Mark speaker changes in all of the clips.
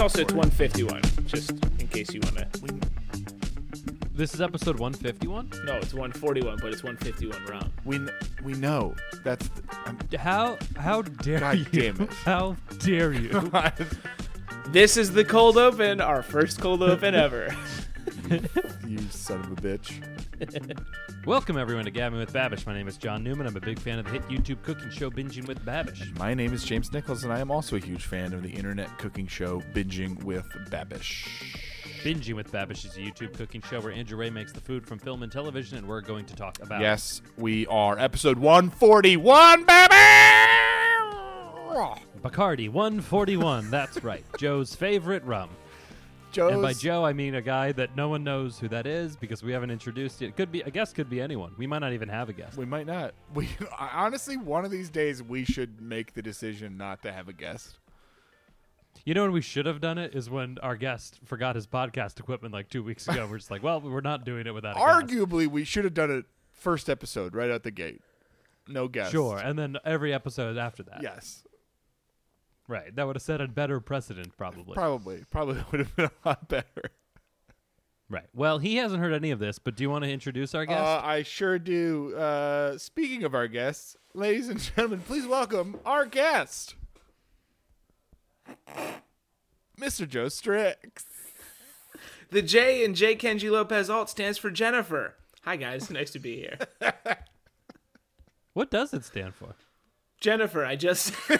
Speaker 1: also it's 151, just in case you want to.
Speaker 2: This is episode 151.
Speaker 1: No, it's 141, but it's 151 round.
Speaker 3: We kn- we know that's. th- I'm,
Speaker 2: How how dare
Speaker 3: God
Speaker 2: you?
Speaker 3: damn it.
Speaker 2: How dare you?
Speaker 1: This is the cold open, our first cold open ever.
Speaker 3: you son of a bitch.
Speaker 2: Welcome everyone to Gabbing with Babish. My name is John Newman. I'm a big fan of the hit YouTube cooking show Binging with Babish.
Speaker 3: My name is James Nichols, and I am also a huge fan of the internet cooking show Binging with Babish.
Speaker 2: Binging with Babish is a YouTube cooking show where Andrew Ray makes the food from film and television, and we're going to talk about.
Speaker 3: Yes, we are episode 141, baby.
Speaker 2: Bacardi 141. That's right, Joe's favorite rum.
Speaker 3: Joe's,
Speaker 2: And by Joe, I mean a guy that no one knows who that is because we haven't introduced it. Could be a guest, could be anyone. We might not even have a guest.
Speaker 3: we might not. We I- honestly, one of these days, we should make the decision not to have a guest.
Speaker 2: You know when we should have done it is when our guest forgot his podcast equipment like two weeks ago. We're just like, well, we're not doing it without a guest.
Speaker 3: Arguably, we should have done it first episode right out the gate. No guest.
Speaker 2: Sure, and then every episode after that.
Speaker 3: Yes.
Speaker 2: Right. That would have set a better precedent, probably.
Speaker 3: Probably. Probably would have been a lot better.
Speaker 2: right. Well, he hasn't heard any of this, but do you want to introduce our guest?
Speaker 3: Uh, I sure do. Uh, speaking of our guests, ladies and gentlemen, please welcome our guest, Mr. Joe Strix.
Speaker 1: The J in J Kenji Lopez Alt stands for Jennifer. Hi guys, nice to be here.
Speaker 2: what does it stand for?
Speaker 1: Jennifer, I just
Speaker 2: Oh,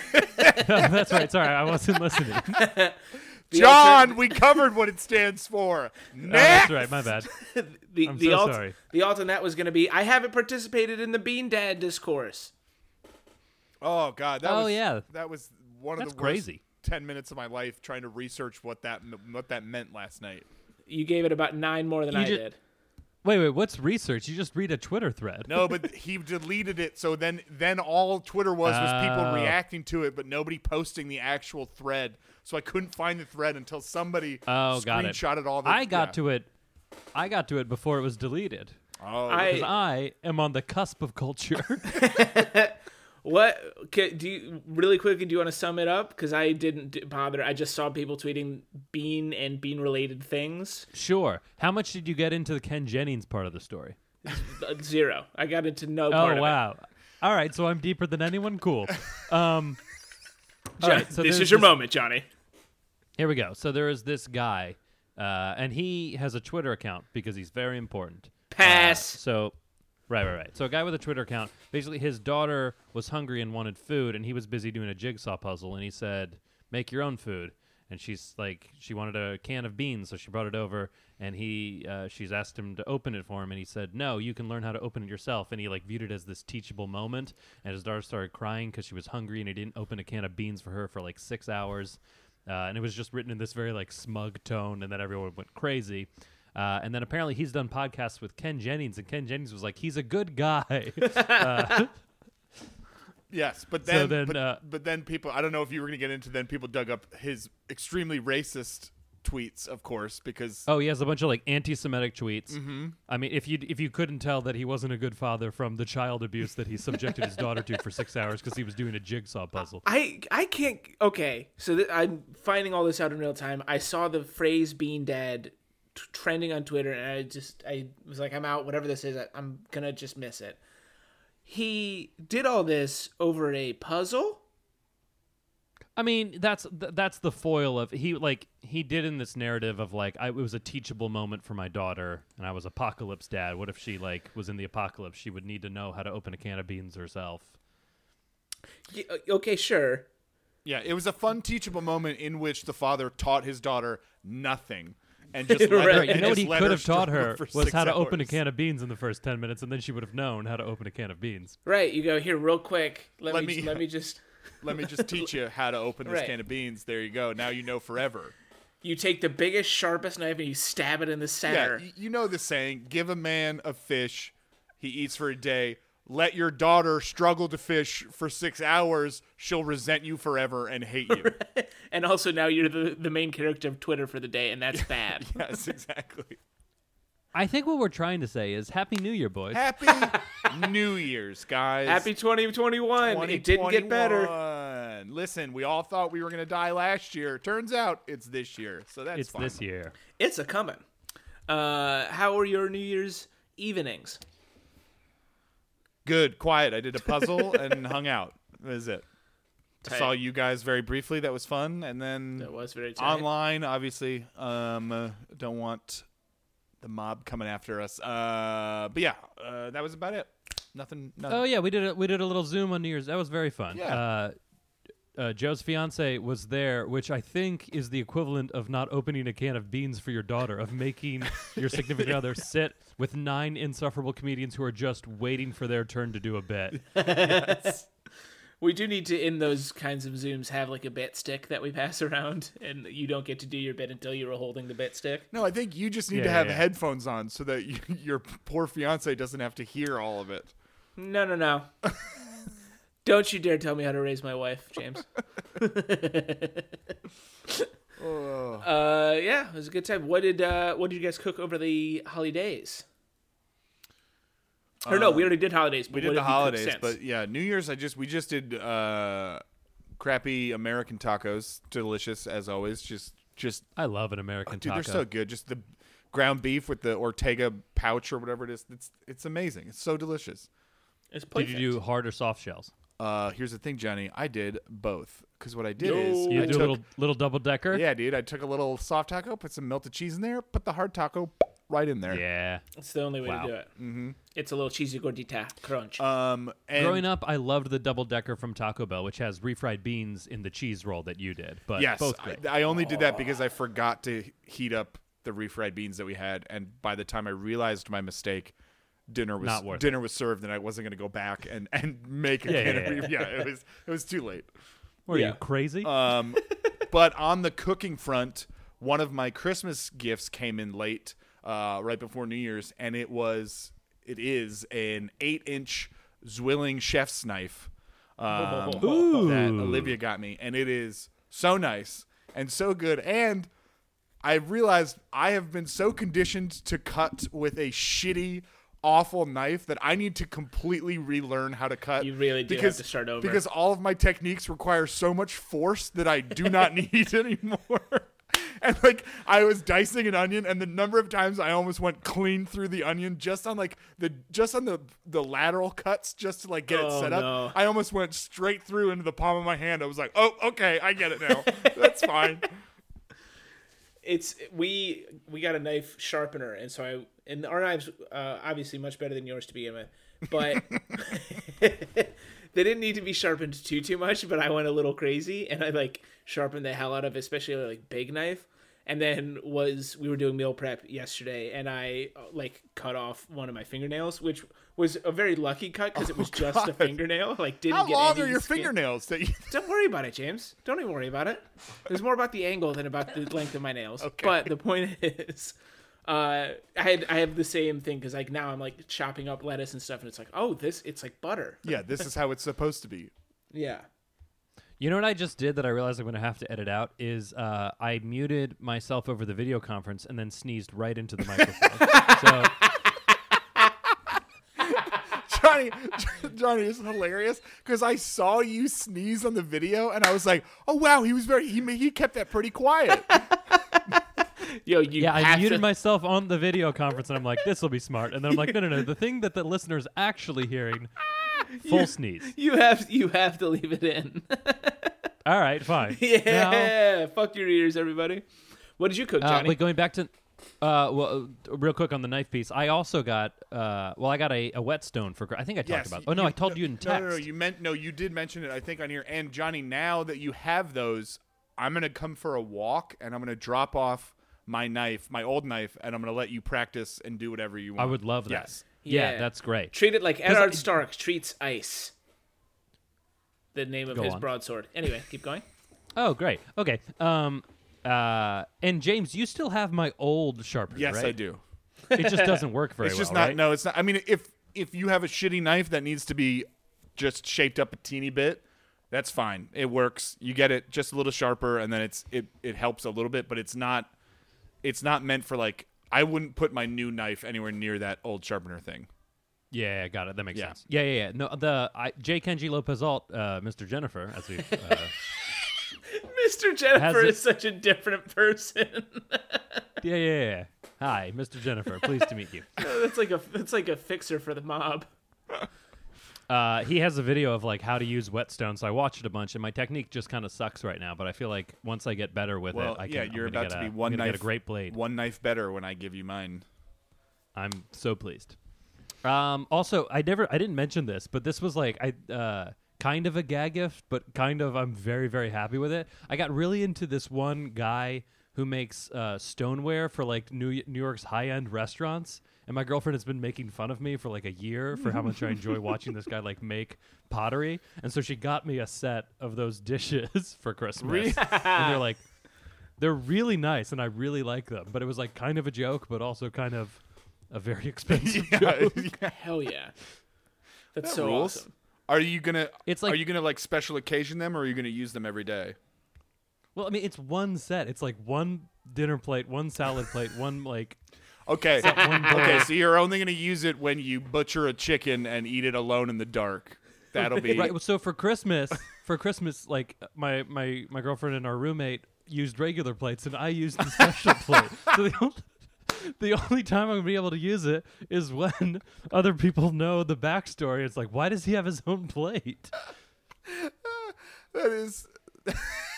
Speaker 2: that's right. Sorry, I wasn't listening. Oh,
Speaker 1: the
Speaker 3: John, we covered what it stands for.
Speaker 2: Oh,
Speaker 3: Next.
Speaker 2: that's right. My bad.
Speaker 1: altern- the,
Speaker 2: I'm
Speaker 1: the
Speaker 2: so
Speaker 1: alt
Speaker 2: sorry.
Speaker 1: the alt on that was going to be I haven't participated in the Bean Dad discourse.
Speaker 3: Oh God, that
Speaker 2: Oh,
Speaker 3: was
Speaker 2: yeah.
Speaker 3: that was one
Speaker 2: That's
Speaker 3: of the worst
Speaker 2: crazy.
Speaker 3: ten minutes of my life trying to research what that what that meant last night.
Speaker 1: You gave it about nine more than
Speaker 2: You
Speaker 1: I
Speaker 2: ju-
Speaker 1: did.
Speaker 2: Wait, wait. What's research? You just read a Twitter thread.
Speaker 3: No, but he deleted it. So then, then all Twitter was was people
Speaker 2: Oh.
Speaker 3: reacting to it, but nobody posting the actual thread. So I couldn't find the thread until somebody
Speaker 2: Oh, got it.
Speaker 3: screenshotted all. The,
Speaker 2: I got to it. I got to it before it was deleted.
Speaker 3: Oh,
Speaker 1: I
Speaker 2: Because I am on the cusp of culture.
Speaker 1: What ca do you really quickly? Do you want to sum it up? Because I didn't d- bother. I just saw people tweeting bean and bean related things.
Speaker 2: sure. How much did you get into the Ken Jennings part of the story?
Speaker 1: Uh, Zero. I got into no
Speaker 2: Oh
Speaker 1: part
Speaker 2: wow. All right, so I'm deeper than anyone. Cool.
Speaker 1: of
Speaker 2: Um,
Speaker 1: it.
Speaker 2: all right, so
Speaker 1: this
Speaker 2: there's
Speaker 1: is your
Speaker 2: this-
Speaker 1: moment, Johnny.
Speaker 2: Here we go. So there is this guy, uh, and he has a Twitter account because he's very important. Uh,
Speaker 1: Pass.
Speaker 2: So, right, right, right. So a guy with a Twitter account, basically his daughter was hungry and wanted food, and he was busy doing a jigsaw puzzle, and he said, "Make your own food." And she's like, she wanted a can of beans, so she brought it over, and he, uh, she's asked him to open it for him, and he said, "No, you can learn how to open it yourself." And he like viewed it as this teachable moment, and his daughter started crying because she was hungry, and he didn't open a can of beans for her for like six hours. Uh, and it was just written in this very like smug tone, and then everyone went crazy. Uh, and then apparently he's done podcasts with Ken Jennings, and Ken Jennings was like, he's a good guy.
Speaker 3: yes, but
Speaker 2: So
Speaker 3: then,
Speaker 2: then,
Speaker 3: but,
Speaker 2: uh,
Speaker 3: but then people. I don't know if you were going to get into. Then people dug up his extremely racist tweets, of course, because
Speaker 2: oh, he has a bunch of like anti-Semitic tweets. I mean, if you if you couldn't tell that he wasn't a good father from the child abuse that he subjected his daughter to for six hours because he was doing a jigsaw puzzle.
Speaker 1: I I can't. Okay, so th- I'm finding all this out in real time. I saw the phrase "bean dad" t- trending on Twitter, and I just I was like, I'm out. Whatever this is, I, I'm gonna just miss it. He did all this over a puzzle.
Speaker 2: I mean, that's th- that's the foil of he like he did in this narrative of like I, it was a teachable moment for my daughter, and I was apocalypse dad. What if she like was in the apocalypse? She would need to know how to open a can of beans herself.
Speaker 1: Y- uh, okay, sure.
Speaker 3: Yeah, it was a fun, teachable moment in which the father taught his daughter nothing. And just let her,
Speaker 1: Right, you
Speaker 2: You
Speaker 3: and
Speaker 2: know what
Speaker 3: just
Speaker 2: he
Speaker 3: let
Speaker 2: could have taught
Speaker 3: struggle
Speaker 2: her
Speaker 3: for
Speaker 2: was
Speaker 3: six
Speaker 2: how to open a
Speaker 3: hours.
Speaker 2: can of beans in the first ten minutes, and then she would have known how to open a can of beans.
Speaker 1: Right, you go here real quick. Let,
Speaker 3: Let
Speaker 1: me,
Speaker 3: me-
Speaker 1: let me just.
Speaker 3: Let me just teach you how to open this
Speaker 1: Right.
Speaker 3: can of beans. There you go. Now you know forever.
Speaker 1: You take the biggest, sharpest knife and you stab it in the
Speaker 3: Yeah,
Speaker 1: center.
Speaker 3: y- you know the saying: give a man a fish, he eats for a day. Let your daughter struggle to fish for six hours; she'll resent you forever and hate you.
Speaker 1: And also now you're the, the main character of Twitter for the day, and that's bad.
Speaker 3: Yes, exactly.
Speaker 2: I think what we're trying to say is Happy New Year, boys.
Speaker 3: Happy New Year's, guys.
Speaker 1: Happy 2021. It didn't get better.
Speaker 3: 2021. one. Listen, we all thought we were going to die last year. Turns out it's this year. So that's
Speaker 2: it's
Speaker 3: fine.
Speaker 2: this year.
Speaker 1: It's a coming. Uh, how are your New Year's evenings?
Speaker 3: Good, quiet. I did a puzzle and hung out. That is it. I
Speaker 1: Tight.
Speaker 3: saw you guys very briefly. That was fun. And then
Speaker 1: That was very tight.
Speaker 3: online, obviously, um, uh, don't want the mob coming after us. Uh, but yeah, uh, that was about it. Nothing. nothing.
Speaker 2: Oh yeah, we did a, we did a little Zoom on New Year's. That was very fun.
Speaker 3: Uh, Yeah.
Speaker 2: Uh, uh, Joe's fiance was there, which I think is the equivalent of not opening a can of beans for your daughter, of making your significant other sit with nine insufferable comedians who are just waiting for their turn to do a bit.
Speaker 1: We do need to, in those kinds of Zooms, have like a bit stick that we pass around, and you don't get to do your bit until you were holding the bit stick.
Speaker 3: No, I think you just need
Speaker 2: Yeah,
Speaker 3: to have
Speaker 2: yeah, yeah.
Speaker 3: headphones on so that you, your poor fiance doesn't have to hear all of it.
Speaker 1: No, no, no. don't you dare tell me how to raise my wife, James. Uh, yeah, it was a good time. What did uh, what did you guys cook over the holidays? Or no, we already did holidays. But
Speaker 3: we
Speaker 1: what
Speaker 3: did the
Speaker 1: have you cooked
Speaker 3: holidays,
Speaker 1: since?
Speaker 3: but yeah, New Year's. I just we just did uh, crappy American tacos, delicious as always. Just just
Speaker 2: I love an American
Speaker 3: Oh, dude,
Speaker 2: taco.
Speaker 3: they're so good. Just the ground beef with the Ortega pouch or whatever it is. It's it's amazing. It's so delicious.
Speaker 1: it's
Speaker 2: did
Speaker 1: perfect.
Speaker 2: you do hard or soft shells?
Speaker 3: Uh, here's the thing, Johnny. I did both because what I did is
Speaker 1: Yo.
Speaker 2: You
Speaker 3: I
Speaker 2: do
Speaker 3: took
Speaker 2: a little little double decker.
Speaker 3: yeah, dude. I took a little soft taco, put some melted cheese in there, put the hard taco right in there.
Speaker 2: Yeah.
Speaker 1: It's the only way
Speaker 2: Wow.
Speaker 1: to do it. Mm-hmm. It's a little cheesy gordita crunch.
Speaker 3: Um, and
Speaker 2: Growing up, I loved the double decker from Taco Bell, which has refried beans in the cheese roll that you did. But
Speaker 3: Yes,
Speaker 2: both
Speaker 3: I,
Speaker 2: great.
Speaker 3: I only did that because I forgot to heat up the refried beans that we had, and by the time I realized my mistake, dinner was
Speaker 2: Not worth
Speaker 3: dinner was served, and I wasn't going to go back and and make a
Speaker 2: Yeah,
Speaker 3: can
Speaker 2: yeah,
Speaker 3: of
Speaker 2: yeah.
Speaker 3: ref- yeah, it was it was too late.
Speaker 2: Were
Speaker 1: Yeah.
Speaker 2: you crazy?
Speaker 3: Um, but on the cooking front, one of my Christmas gifts came in late, uh, right before New Year's, and it was it is an eight inch Zwilling chef's knife um,
Speaker 1: Ooh.
Speaker 3: that Olivia got me, and it is so nice and so good. And I realized I have been so conditioned to cut with a shitty. Awful knife that I need to completely relearn how to cut.
Speaker 1: You really do have
Speaker 3: because,
Speaker 1: to start over.
Speaker 3: because all of my techniques require so much force that I do not need anymore. And like I was dicing an onion, and the number of times I almost went clean through the onion just on like the just on the the lateral cuts just to like get it
Speaker 1: Oh,
Speaker 3: set up.
Speaker 1: no.
Speaker 3: I almost went straight through into the palm of my hand. I was like, oh okay, I get it now. That's fine.
Speaker 1: it's we we got a knife sharpener and so i and our knives uh, obviously much better than yours to begin with but they didn't need to be sharpened too too much but i went a little crazy and i like sharpened the hell out of especially a, like big knife and then was we were doing meal prep yesterday and i uh, like cut off one of my fingernails which was a very lucky cut because it was just a
Speaker 3: Oh, God.
Speaker 1: fingernail like didn't
Speaker 3: How
Speaker 1: get
Speaker 3: long
Speaker 1: any
Speaker 3: are your
Speaker 1: skin-
Speaker 3: fingernails? That you,
Speaker 1: don't worry about it, James. Don't even worry about it. It was more about the angle than about the length of my nails. But the point is, uh, I had I have the same thing because like now I'm like chopping up lettuce and stuff, and it's like oh this it's like butter.
Speaker 3: yeah, this is how it's supposed to be.
Speaker 1: Yeah.
Speaker 2: You know what I just did that I realized I'm going to have to edit out is uh, I muted myself over the video conference and then sneezed right into the microphone. so
Speaker 3: Johnny, Johnny this is hilarious because I saw you sneeze on the video, and I was like, "Oh wow, he was very he he kept that pretty quiet."
Speaker 1: Yo, you
Speaker 2: yeah, I
Speaker 1: have
Speaker 2: muted
Speaker 1: to-
Speaker 2: myself on the video conference and I'm like, this will be smart. And then I'm like, no, no, no. The thing that the listener's actually hearing, full sneeze.
Speaker 1: You have you have to leave it in.
Speaker 2: All right, fine. Now-
Speaker 1: yeah. Fuck your ears, everybody. What did you cook,
Speaker 2: Uh,
Speaker 1: Johnny?
Speaker 2: wait, going back to, uh, well, uh, real quick on the knife piece. I also got, uh, well, I got a, a whetstone for. I think I talked
Speaker 3: Yes,
Speaker 2: about. Oh no, I told you in text.
Speaker 3: No, no, no, you meant no. You did mention it, I think, on here. And Johnny, now that you have those, I'm gonna come for a walk, and I'm gonna drop off my knife, my old knife, and I'm gonna let you practice and do whatever you want.
Speaker 2: I would love that.
Speaker 3: Yes.
Speaker 2: Yeah,
Speaker 1: Yeah.
Speaker 2: that's great.
Speaker 1: Treat it like Edard Stark treats ice. The name of
Speaker 2: Go
Speaker 1: his
Speaker 2: on.
Speaker 1: broadsword. Anyway, keep going.
Speaker 2: Oh, great. Okay. Um, uh, and James, you still have my old sharpener,
Speaker 3: Yes,
Speaker 2: right?
Speaker 3: I do.
Speaker 2: It just doesn't work very
Speaker 3: It's
Speaker 2: well,
Speaker 3: just not.
Speaker 2: right?
Speaker 3: No, it's not. I mean, if if you have a shitty knife that needs to be just shaped up a teeny bit, that's fine. It works. You get it just a little sharper, and then it's it it helps a little bit, but it's not. It's not meant for like. I wouldn't put my new knife anywhere near that old sharpener thing.
Speaker 2: Yeah, yeah, got it. That makes
Speaker 3: Yeah.
Speaker 2: sense. Yeah, yeah, yeah. No, the I, J. Kenji Lopez Alt, uh, Mr. Jennifer, as we uh,
Speaker 1: Mr. Jennifer
Speaker 2: it-
Speaker 1: is such a different person.
Speaker 2: yeah, yeah, yeah, yeah. Hi, Mr. Jennifer. Pleased to meet you.
Speaker 1: that's like a that's like a fixer for the mob.
Speaker 2: Uh, he has a video of like how to use whetstone, so I watched it a bunch, and my technique just kind of sucks right now. But I feel like once I get better with
Speaker 3: Well,
Speaker 2: it, I can.
Speaker 3: yeah,
Speaker 2: I'm
Speaker 3: you're
Speaker 2: gonna
Speaker 3: about to
Speaker 2: get a-
Speaker 3: be
Speaker 2: I'm
Speaker 3: one
Speaker 2: gonna
Speaker 3: knife
Speaker 2: Get a great blade.
Speaker 3: One knife better when I give you mine.
Speaker 2: I'm so pleased. Um, also, I never, I didn't mention this, but this was like I uh, kind of a gag gift, but kind of I'm very, very happy with it. I got really into this one guy who makes uh, stoneware for like New New York's high end restaurants, and my girlfriend has been making fun of me for like a year for how much I enjoy watching this guy like make pottery, and so she got me a set of those dishes for Christmas, and they're like. They're really nice, and I really like them. But it was like kind of a joke, but also kind of a very expensive joke.
Speaker 3: Yeah, yeah,
Speaker 1: Hell yeah, that's
Speaker 3: that
Speaker 1: so
Speaker 3: rules.
Speaker 1: awesome.
Speaker 3: Are you gonna?
Speaker 2: It's like-
Speaker 3: are you gonna like special occasion them, or are you gonna use them every day?
Speaker 2: Well, I mean, it's one set. It's like one dinner plate, one salad plate, one like
Speaker 3: Okay.
Speaker 2: one bowl.
Speaker 3: okay, so you're only gonna use it when you butcher a chicken and eat it alone in the dark. That'll be
Speaker 2: Right. well, So for Christmas, for Christmas, like my my my girlfriend and our roommate used regular plates, and I used the special plate. So the only, the only time I'm gonna be able to use it is when other people know the backstory. It's like, why does he have his own plate?
Speaker 3: that is.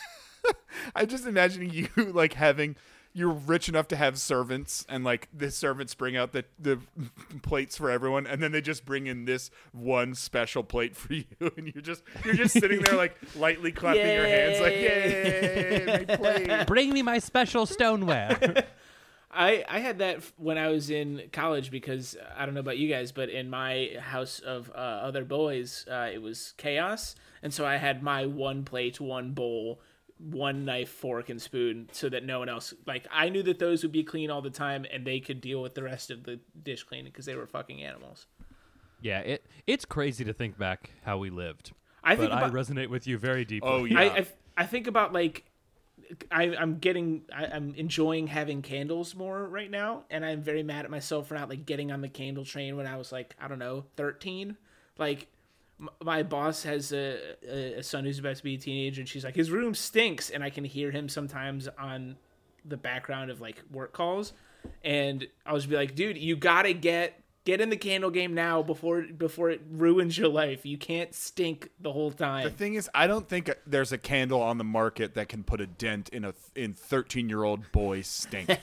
Speaker 3: I'm just imagining you like having. You're rich enough to have servants, and like the servants bring out the the plates for everyone, and then they just bring in this one special plate for you, and you're just you're just sitting there like lightly clapping your hands, like yay, my plate.
Speaker 2: Bring me my special stoneware.
Speaker 1: I, I had that f- when I was in college because uh, I don't know about you guys, but in my house of uh, other boys, uh, it was chaos. And so I had my one plate, one bowl, one knife, fork, and spoon so that no one else, like, I knew that those would be clean all the time and they could deal with the rest of the dish cleaning because they were fucking animals.
Speaker 2: Yeah, it it's crazy to think back how we lived.
Speaker 1: I
Speaker 2: but
Speaker 1: think about-
Speaker 2: I resonate with you very deeply.
Speaker 3: Oh yeah,
Speaker 1: I, I, I think about like I, I'm getting I, I'm enjoying having candles more right now, and I'm very mad at myself for not like getting on the candle train when I was like I don't know 13. Like m- my boss has a, a, a son who's about to be a teenager, and she's like his room stinks, and I can hear him sometimes on the background of like work calls, and I was be like, dude, you gotta get get in the candle game now before before it ruins your life. You can't stink the whole time.
Speaker 3: The thing is, I don't think there's a candle on the market that can put a dent in a in 13 year old boy stink.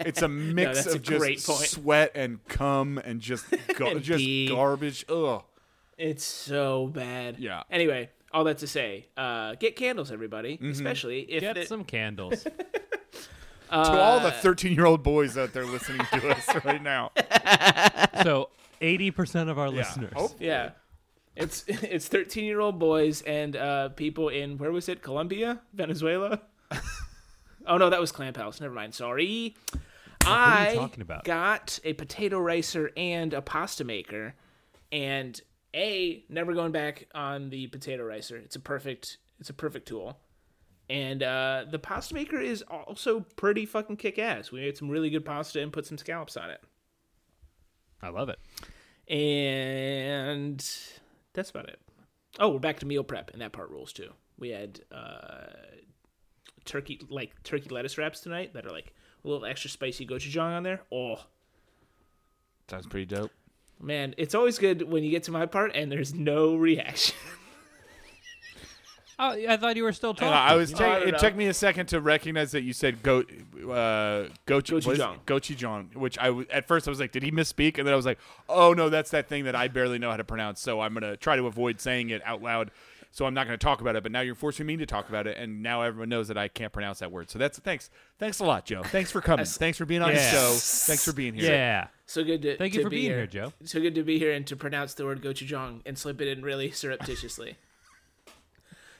Speaker 3: it's a mix
Speaker 1: that's
Speaker 3: of
Speaker 1: a
Speaker 3: just
Speaker 1: great point.
Speaker 3: sweat and cum and just ga-
Speaker 1: And
Speaker 3: just
Speaker 1: pee.
Speaker 3: garbage. Ugh.
Speaker 1: It's so bad.
Speaker 3: Yeah.
Speaker 1: Anyway, all that to say, uh, get candles, everybody, especially if
Speaker 2: Get
Speaker 1: it-
Speaker 2: some candles.
Speaker 3: to all
Speaker 1: Uh,
Speaker 3: the 13 year old boys out there listening to us right now,
Speaker 2: so eighty percent of our listeners.
Speaker 3: Oh,
Speaker 1: yeah. It's it's thirteen year old boys and uh, people in where was it Colombia Venezuela? oh no, that was Clamp House. Never mind. Sorry.
Speaker 2: are
Speaker 1: I
Speaker 2: you talking about?
Speaker 1: got a potato ricer and a pasta maker, and a never going back on the potato ricer. It's a perfect it's a perfect tool, and uh, the pasta maker is also pretty fucking kick ass. We made some really good pasta and put some scallops on it
Speaker 2: I love it.
Speaker 1: and that's about it. Oh, we're back to meal prep, and that part rules too. We had uh, turkey, like turkey lettuce wraps tonight that are like a little extra spicy gochujang on there. Oh
Speaker 3: sounds pretty dope.
Speaker 1: man, it's always good when you get to my part and there's no reaction.
Speaker 2: Oh, I thought you were still talking.
Speaker 3: I was.
Speaker 1: I don't
Speaker 3: Take, it
Speaker 1: know.
Speaker 3: took me a second to recognize that you said go, uh, gochu, what is it?
Speaker 1: Gochujang.
Speaker 3: gochujang, which I w- at first I was like, did he misspeak? And then I was like, oh no, that's that thing that I barely know how to pronounce, so I'm gonna try to avoid saying it out loud. So I'm not gonna talk about it. But now you're forcing me to talk about it, and now everyone knows that I can't pronounce that word. So that's thanks. Thanks a lot, Joe. Thanks for coming. Thanks for being on
Speaker 2: Yeah.
Speaker 3: the show. Thanks for being here.
Speaker 2: yeah.
Speaker 1: So good to
Speaker 2: Thank you
Speaker 1: to
Speaker 2: for
Speaker 1: be
Speaker 2: being here, Joe.
Speaker 1: So good to be here and to pronounce the word gochujang and slip it in really surreptitiously.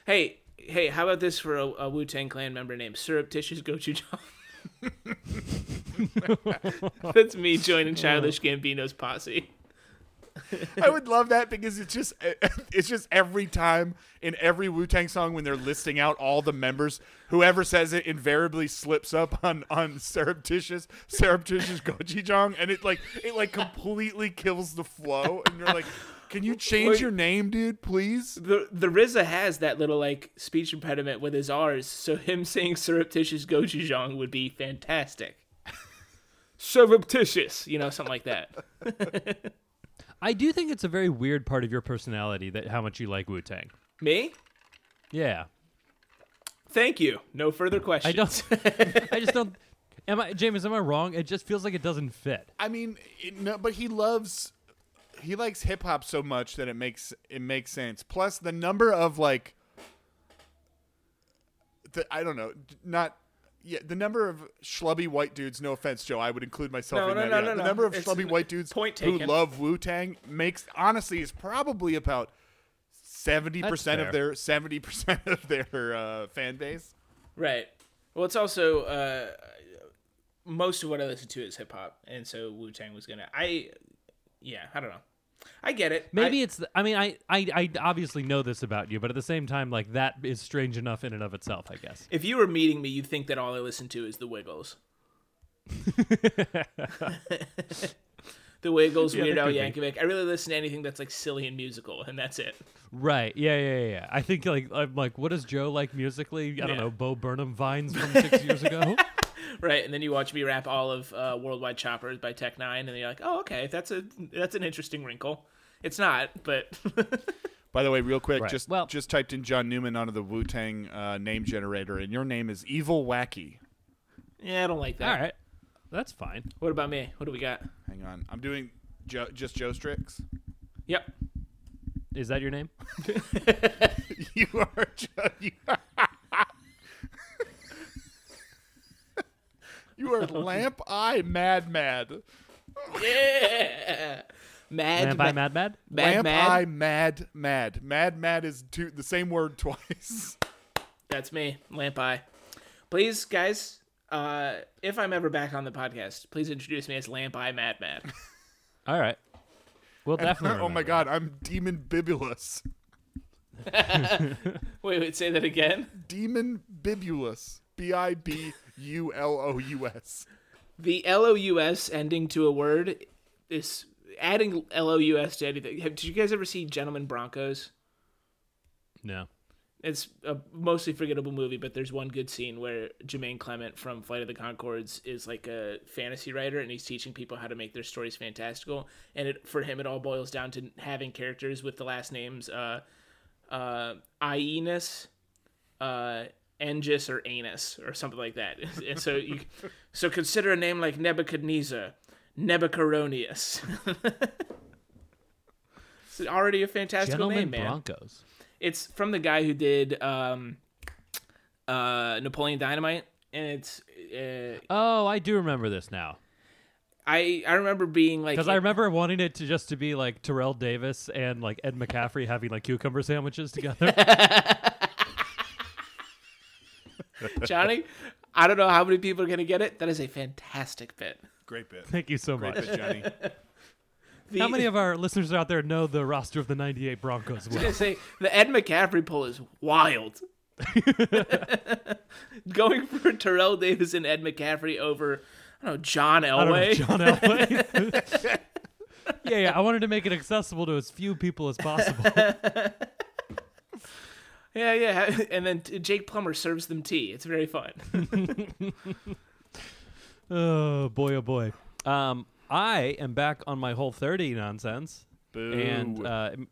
Speaker 1: hey, hey, how about this for a, a Wu Tang Clan member named Surreptitious Gochujang? That's me joining Childish Gambino's posse.
Speaker 3: I would love that because it's just eh, it's just every time in every Wu Tang song when they're listing out all the members, whoever says it invariably slips up on on surreptitious surreptitious gochujang, and it like it like completely kills the flow, and you're like. Can you change
Speaker 1: Wait.
Speaker 3: your name, dude, please?
Speaker 1: The the RZA has that little like speech impediment with his R's, so him saying surreptitious gochujang would be fantastic. surreptitious, you know, something like that.
Speaker 2: I do think it's a very weird part of your personality that how much you like Wu Tang.
Speaker 1: Me?
Speaker 2: Yeah,
Speaker 1: Thank you. No further
Speaker 2: I
Speaker 1: questions.
Speaker 2: don't. I just don't. Am I, James? Am I wrong? It just feels like it doesn't fit.
Speaker 3: I mean, it, no, but he loves he likes hip hop so much that it makes it makes sense. Plus, the number of like, the, I don't know, not. Yeah, the number of schlubby white dudes. No offense, Joe. I would include myself
Speaker 1: No,
Speaker 3: in
Speaker 1: no,
Speaker 3: that.
Speaker 1: no,
Speaker 3: yeah.
Speaker 1: no,
Speaker 3: the
Speaker 1: no.
Speaker 3: number of
Speaker 1: It's
Speaker 3: schlubby
Speaker 1: n-
Speaker 3: white dudes
Speaker 1: point
Speaker 3: who
Speaker 1: taken.
Speaker 3: love Wu Tang makes honestly is probably about seventy percent
Speaker 2: fair.
Speaker 3: of their seventy percent of their uh, fan base.
Speaker 1: Right. Well, it's also uh, most of what I listen to is hip hop, and so Wu Tang was gonna. I, yeah, I don't know. I get it.
Speaker 2: Maybe
Speaker 1: I,
Speaker 2: it's. The, I mean, I, I I obviously know this about you, but at the same time, like that is strange enough in and of itself. I guess.
Speaker 1: if you were meeting me, you'd think that all I listen to is the Wiggles. the Wiggles,
Speaker 2: Yeah,
Speaker 1: Weird
Speaker 2: that
Speaker 1: Al
Speaker 2: could be.
Speaker 1: Yankovic. I really listen to anything that's like silly and musical, and that's it.
Speaker 2: Right. Yeah. Yeah. yeah, Yeah. I think like I'm like, what does Joe like musically? I don't
Speaker 1: Yeah.
Speaker 2: know. Bo Burnham vines from six years ago.
Speaker 1: Right, and then you watch me rap all of uh, Worldwide Choppers by Tech Nine, and you're like, oh, okay, that's a that's an interesting wrinkle. It's not, but
Speaker 3: By the way, real quick,
Speaker 2: Right.
Speaker 3: just
Speaker 2: Well-
Speaker 3: just typed in John Newman onto the Wu Tang uh, name generator, and your name is Evil Wacky.
Speaker 1: yeah, I don't like that.
Speaker 2: All right. That's fine.
Speaker 1: What about me? What do we got?
Speaker 3: Hang on, I'm doing jo- just Joe Strix.
Speaker 1: Yep.
Speaker 2: Is that your name?
Speaker 3: you are Joe. You are, you are lamp eye mad mad.
Speaker 1: Yeah. Mad
Speaker 2: Mad by Mad Mad.
Speaker 1: Mad
Speaker 3: lamp
Speaker 1: Mad.
Speaker 3: eye mad mad. Mad mad is two, the same word twice.
Speaker 1: That's me, Lamp Eye. Please, guys, uh, if I'm ever back on the podcast, please introduce me as Lamp Eye Mad Mad.
Speaker 2: All right. Well, definitely.
Speaker 3: oh my
Speaker 2: remember.
Speaker 3: god, I'm Demon Bibulus.
Speaker 1: wait, wait, say that again.
Speaker 3: Demon Bibulus. B i b u l o u s.
Speaker 1: The L O U S ending to a word is adding L O U S to anything. Have, did you guys ever see Gentlemen Broncos?
Speaker 2: No.
Speaker 1: It's a mostly forgettable movie, but there's one good scene where Jermaine Clement from Flight of the Concords is like a fantasy writer and he's teaching people how to make their stories fantastical. And it, for him, it all boils down to having characters with the last names uh, uh, Ienus, uh, Engis, or Anus, or something like that. and so, you, so consider a name like Nebuchadnezzar, Nebuchadronius. it's already a fantastical name,
Speaker 2: Gentlemen
Speaker 1: man.
Speaker 2: Broncos.
Speaker 1: It's from the guy who did um, uh, Napoleon Dynamite, and it's uh,
Speaker 2: Oh, I do remember this now.
Speaker 1: I I remember being like
Speaker 2: Because I remember wanting it to just to be like Terrell Davis and like Ed McCaffrey having like cucumber sandwiches together.
Speaker 1: Johnny. I don't know how many people are gonna get it. That is a fantastic bit.
Speaker 3: Great bit.
Speaker 2: Thank you so
Speaker 3: Great
Speaker 2: much.
Speaker 3: bit, Johnny.
Speaker 1: The,
Speaker 2: How many of our listeners out there know the roster of the '98 Broncos?
Speaker 1: I
Speaker 2: Well?
Speaker 1: was gonna say the Ed McCaffrey poll is wild. Going for Terrell Davis and Ed McCaffrey over I don't know John
Speaker 2: I don't know,
Speaker 1: Elway.
Speaker 2: John Elway. yeah, yeah. I wanted to make it accessible to as few people as possible.
Speaker 1: Yeah, yeah. And then t- Jake Plummer serves them tea. It's very fun.
Speaker 2: oh boy, oh boy. Um, I am back on my whole 30 nonsense,
Speaker 3: Boo.
Speaker 2: and uh, m-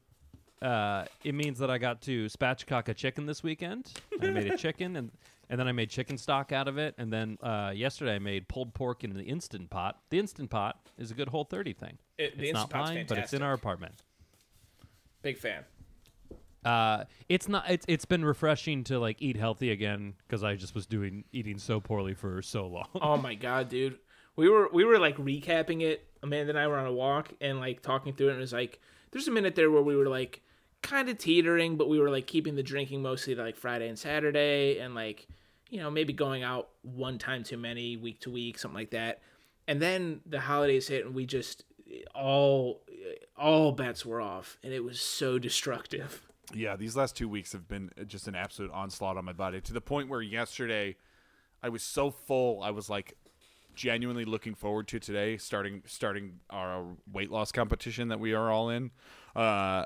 Speaker 2: uh, it means that I got to spatchcock a chicken this weekend. I made a chicken, and and then I made chicken stock out of it, and then uh, yesterday I made pulled pork in the instant pot. The instant pot is a good whole 30 thing.
Speaker 1: It- the
Speaker 2: it's
Speaker 1: Instant
Speaker 2: not
Speaker 1: Pot's
Speaker 2: mine, but it's in
Speaker 1: fantastic.
Speaker 2: our apartment.
Speaker 1: Big fan.
Speaker 2: Uh, it's not. It's it's been refreshing to like eat healthy again because I just was doing eating so poorly for so long.
Speaker 1: Oh my god, dude. We were we were like recapping it. Amanda and I were on a walk and like talking through it and it was like there's a minute there where we were like kind of teetering, but we were like keeping the drinking mostly to like Friday and Saturday and like you know, maybe going out one time too many week to week, something like that. And then the holidays hit and we just all all bets were off, and it was so destructive.
Speaker 3: Yeah, these last two weeks have been just an absolute onslaught on my body to the point where yesterday I was so full I was like genuinely looking forward to today starting starting our weight loss competition that we are all in. Uh,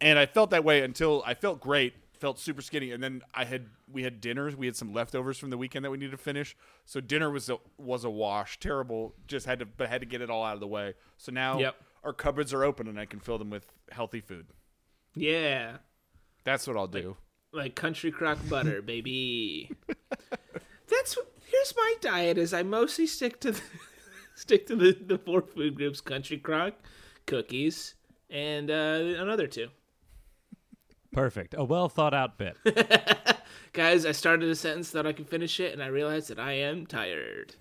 Speaker 3: and I felt that way until I felt great, felt super skinny, and then I had we had dinners, we had some leftovers from the weekend that we needed to finish. So dinner was a, was a wash, terrible. Just had to but had to get it all out of the way. So now
Speaker 1: Yep.
Speaker 3: our cupboards are open and I can fill them with healthy food.
Speaker 1: Yeah,
Speaker 3: That's what I'll do.
Speaker 1: like country crock butter, baby. That's what- here's my diet: is I mostly stick to the, stick to the, the four food groups: country crock, cookies, and uh, another two.
Speaker 2: Perfect. A well thought out bit.
Speaker 1: Guys, I started a sentence, thought I could finish it, and I realized that I am tired.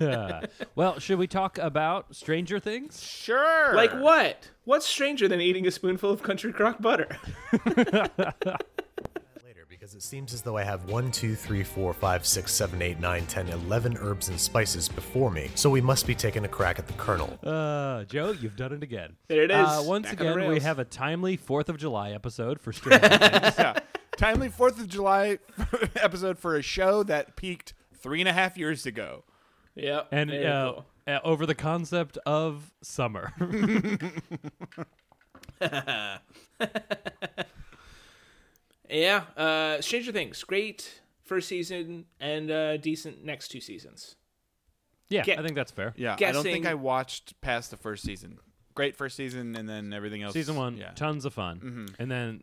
Speaker 2: Uh, well, should we talk about Stranger Things?
Speaker 3: Sure.
Speaker 1: Like what? What's stranger than eating a spoonful of country crock butter?
Speaker 4: later because it seems as though I have 1, 2, 3, 4, 5, 6, 7, 8, 9, 10, 11 herbs and spices before me, so we must be taking a crack at the kernel.
Speaker 2: Uh, Joe, you've done it again.
Speaker 1: There it
Speaker 2: Uh,
Speaker 1: is.
Speaker 2: once
Speaker 1: Back on the
Speaker 2: again, we
Speaker 1: rails.
Speaker 2: have a timely Fourth of July episode for Stranger Things.
Speaker 3: yeah. Timely Fourth of July episode for a show that peaked three and a half years ago.
Speaker 1: Yep.
Speaker 2: and
Speaker 1: very
Speaker 2: uh,
Speaker 1: cool.
Speaker 2: uh, over the concept of summer.
Speaker 1: yeah, uh, Stranger Things, great first season and uh, decent next two seasons.
Speaker 2: yeah,
Speaker 1: Get-
Speaker 2: I think that's fair.
Speaker 3: Yeah, I don't
Speaker 1: Guessing-
Speaker 3: think I watched past the first season. Great first season, and then everything else.
Speaker 2: Season one,
Speaker 3: yeah. Mm-hmm.
Speaker 2: tons of fun. And then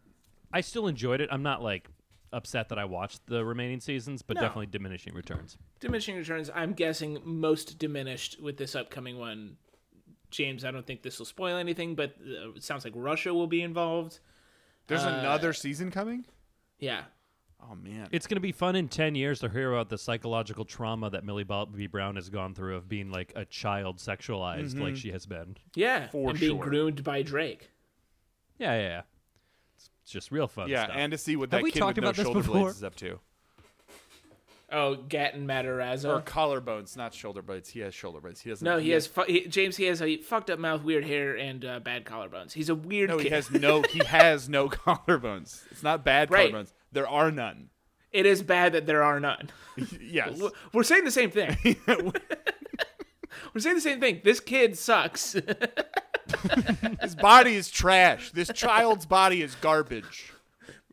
Speaker 2: I still enjoyed it. I'm not like upset that I watched the remaining seasons, but
Speaker 1: No.
Speaker 2: definitely diminishing returns.
Speaker 1: Diminishing returns. I'm guessing most diminished with this upcoming one. James, I don't think this will spoil anything, but uh, it sounds like Russia will be involved.
Speaker 3: There's
Speaker 1: Uh,
Speaker 3: another season coming.
Speaker 1: Yeah,
Speaker 3: Oh man,
Speaker 2: It's going to be fun in 10 years to hear about the psychological trauma that Millie Bobby Brown has gone through of being like a child sexualized
Speaker 3: Mm-hmm.
Speaker 2: like she has been.
Speaker 1: yeah,
Speaker 3: For
Speaker 1: and being
Speaker 3: sure.
Speaker 1: groomed by Drake.
Speaker 2: Yeah, yeah, yeah. It's just real fun
Speaker 3: yeah,
Speaker 2: stuff.
Speaker 3: and to see what
Speaker 2: Have
Speaker 3: that
Speaker 2: we
Speaker 3: kid
Speaker 2: talked
Speaker 3: with no
Speaker 2: about this
Speaker 3: shoulder
Speaker 2: before?
Speaker 3: blades is up to,
Speaker 1: Oh, Gatton Matarazzo.
Speaker 3: or collarbones, not shoulder blades. He has shoulder blades. He doesn't.
Speaker 1: No, he has fu- he, James. He has a fucked up mouth, weird hair, and uh, bad collarbones. He's a weird.
Speaker 3: No,
Speaker 1: kid.
Speaker 3: he has no. He has no collarbones. It's not bad
Speaker 1: Right.
Speaker 3: collarbones. There are none.
Speaker 1: It is bad that there are none.
Speaker 3: Yes.
Speaker 1: W- We're saying the same thing. We're saying the same thing. This kid sucks.
Speaker 3: His body is trash. This child's body is garbage.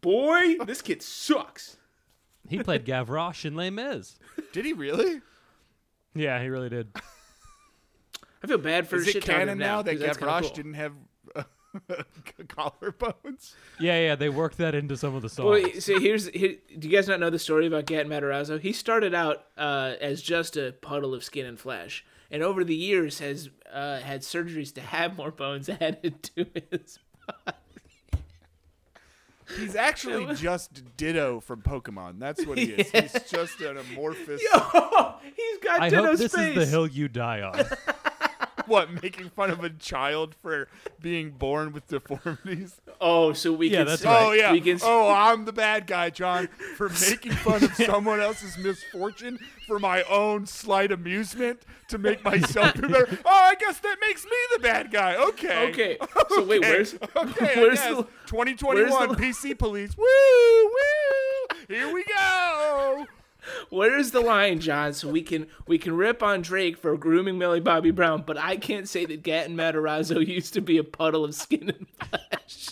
Speaker 1: Boy, this kid sucks.
Speaker 2: he played Gavroche in Les Mis.
Speaker 3: Did he really?
Speaker 2: Yeah, he really did.
Speaker 1: I feel bad for
Speaker 3: Is
Speaker 1: shit
Speaker 3: it
Speaker 1: talking
Speaker 3: canon
Speaker 1: him
Speaker 3: now, that
Speaker 1: 'cause that's kinda
Speaker 3: Gavroche
Speaker 1: cool.
Speaker 3: didn't have uh, collarbones?
Speaker 2: Yeah, yeah, they worked that into some of the songs.
Speaker 1: Well, so here's here, do you guys not know the story about Gat Matarazzo? He started out uh, as just a puddle of skin and flesh, and over the years has uh, had surgeries to have more bones added to his.
Speaker 3: He's actually just Ditto from Pokemon. That's what he is. He's just an amorphous.
Speaker 1: Oh, he's got
Speaker 2: I
Speaker 1: Ditto's
Speaker 2: hope this
Speaker 1: face.
Speaker 2: is the hill you die on.
Speaker 3: What making fun of a child for being born with deformities?
Speaker 1: Oh, so we
Speaker 2: Yeah,
Speaker 1: can.
Speaker 2: that's
Speaker 1: see-
Speaker 2: right.
Speaker 3: Oh yeah.
Speaker 1: We can,
Speaker 3: Oh, I'm the bad guy, John, for making fun of someone else's misfortune for my own slight amusement to make myself feel better. Oh, I guess that makes me the bad guy. Okay.
Speaker 1: Okay. So wait,
Speaker 3: Oh, Okay.
Speaker 1: where's
Speaker 3: okay? I
Speaker 1: where's
Speaker 3: guess.
Speaker 1: the
Speaker 3: 2021
Speaker 1: where's the-
Speaker 3: PC police? Woo, woo! Here we go.
Speaker 1: where is the line, John? So we can we can rip on Drake for grooming Millie Bobby Brown, but I can't say that Gatton Matarazzo used to be a puddle of skin and flesh.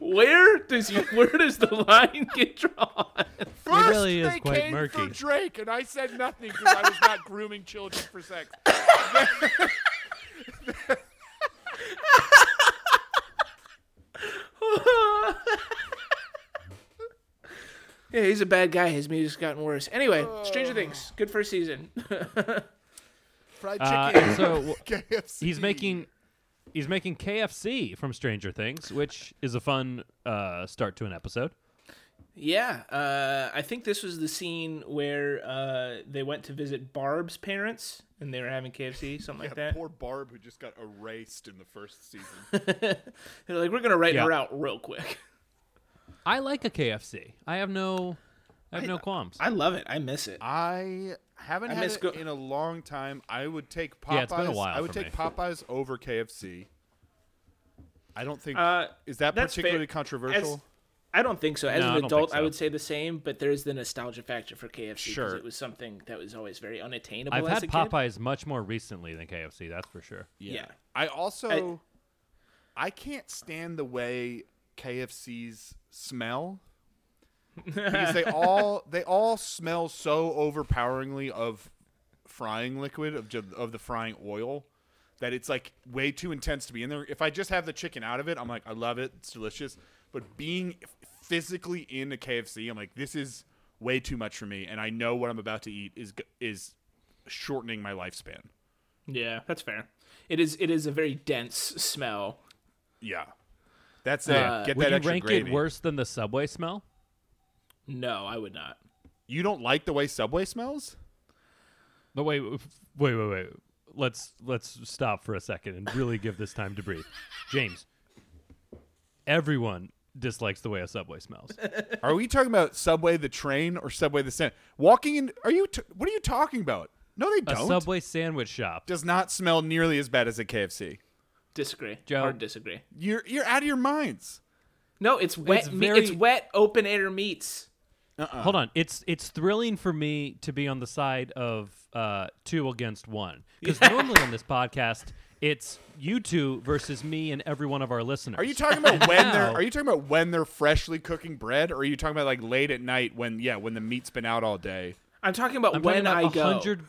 Speaker 1: where does you, where does the line get drawn?
Speaker 3: First,
Speaker 2: really is
Speaker 3: they
Speaker 2: quite
Speaker 3: came for
Speaker 2: murky.
Speaker 3: Drake, and I said nothing because I was not grooming children for sex.
Speaker 1: yeah, he's a bad guy. His music's gotten worse. Anyway, Stranger Things, good first season.
Speaker 3: Fried
Speaker 2: Uh,
Speaker 3: chicken.
Speaker 2: and so w-
Speaker 3: KFC.
Speaker 2: he's making he's making KFC from Stranger Things, which is a fun uh, start to an episode.
Speaker 1: Yeah, uh, I think this was the scene where uh, they went to visit Barb's parents and they were having KFC, something like that.
Speaker 3: Poor Barb, who just got erased in the first season.
Speaker 1: They're like, we're gonna write
Speaker 2: Yeah.
Speaker 1: her out real quick.
Speaker 2: I like a KFC. I have no I have no qualms.
Speaker 1: I love it. I miss it.
Speaker 3: I haven't
Speaker 1: I
Speaker 3: had
Speaker 1: miss
Speaker 3: it
Speaker 1: go-
Speaker 3: in a long time. I would take Popeyes.
Speaker 2: Yeah, it's been a while
Speaker 3: I would
Speaker 2: for
Speaker 3: take
Speaker 2: me.
Speaker 3: Popeyes over KFC. I don't think
Speaker 1: Uh,
Speaker 3: is that
Speaker 1: that's fair.
Speaker 3: particularly
Speaker 1: As-
Speaker 3: controversial.
Speaker 1: I don't think so. As
Speaker 2: No, I
Speaker 1: an
Speaker 2: don't
Speaker 1: adult,
Speaker 2: think
Speaker 1: I
Speaker 2: so.
Speaker 1: would say the same, but there is the nostalgia factor for KFC because
Speaker 3: Sure.
Speaker 1: it was something that was always very unattainable.
Speaker 2: I've
Speaker 1: as
Speaker 2: had
Speaker 1: a Kid.
Speaker 2: Popeyes much more recently than KFC. That's for sure.
Speaker 1: Yeah.
Speaker 3: I also I, can't stand the way KFC's smell because they all they all smell so overpoweringly of frying liquid of ju- of the frying oil that it's like way too intense to be in there. If I just have the chicken out of it, I'm like I love it, it's delicious, but being physically in a KFC, I'm like this is way too much for me and I know what I'm about to eat is g- is shortening my lifespan.
Speaker 1: Yeah, that's fair. It is it is a very dense smell.
Speaker 3: Yeah. That's it.
Speaker 1: Uh,
Speaker 3: Get
Speaker 2: Would
Speaker 3: that
Speaker 2: you
Speaker 3: extra
Speaker 2: rank
Speaker 3: gravy.
Speaker 2: it worse than the Subway smell?
Speaker 1: No, I would not.
Speaker 3: You don't like the way Subway smells?
Speaker 2: No, wait, wait, wait, wait. Let's let's stop for a second and really give this time to breathe. James, everyone dislikes the way a subway smells.
Speaker 3: Are we talking about Subway the train or Subway the sand? Walking in Are you t- What are you talking about? No, they
Speaker 2: A
Speaker 3: don't.
Speaker 2: subway sandwich shop.
Speaker 3: does not smell nearly as bad as a KFC.
Speaker 1: Disagree.
Speaker 2: Joe.
Speaker 1: Hard disagree.
Speaker 3: You're you're out of your minds.
Speaker 1: No, it's wet. It's,
Speaker 2: very-
Speaker 1: it's wet open air meats.
Speaker 2: Hold on, it's it's thrilling for me to be on the side of uh, two against one because normally on this podcast it's you two versus me and every one of our listeners.
Speaker 3: Are you talking about when they're
Speaker 2: No.
Speaker 3: Are you talking about when they're freshly cooking bread or are you talking about like late at night when yeah, when the meat's been out all day?
Speaker 1: I'm talking about
Speaker 2: I'm
Speaker 1: when
Speaker 2: talking
Speaker 1: I
Speaker 2: about
Speaker 1: go.
Speaker 2: 100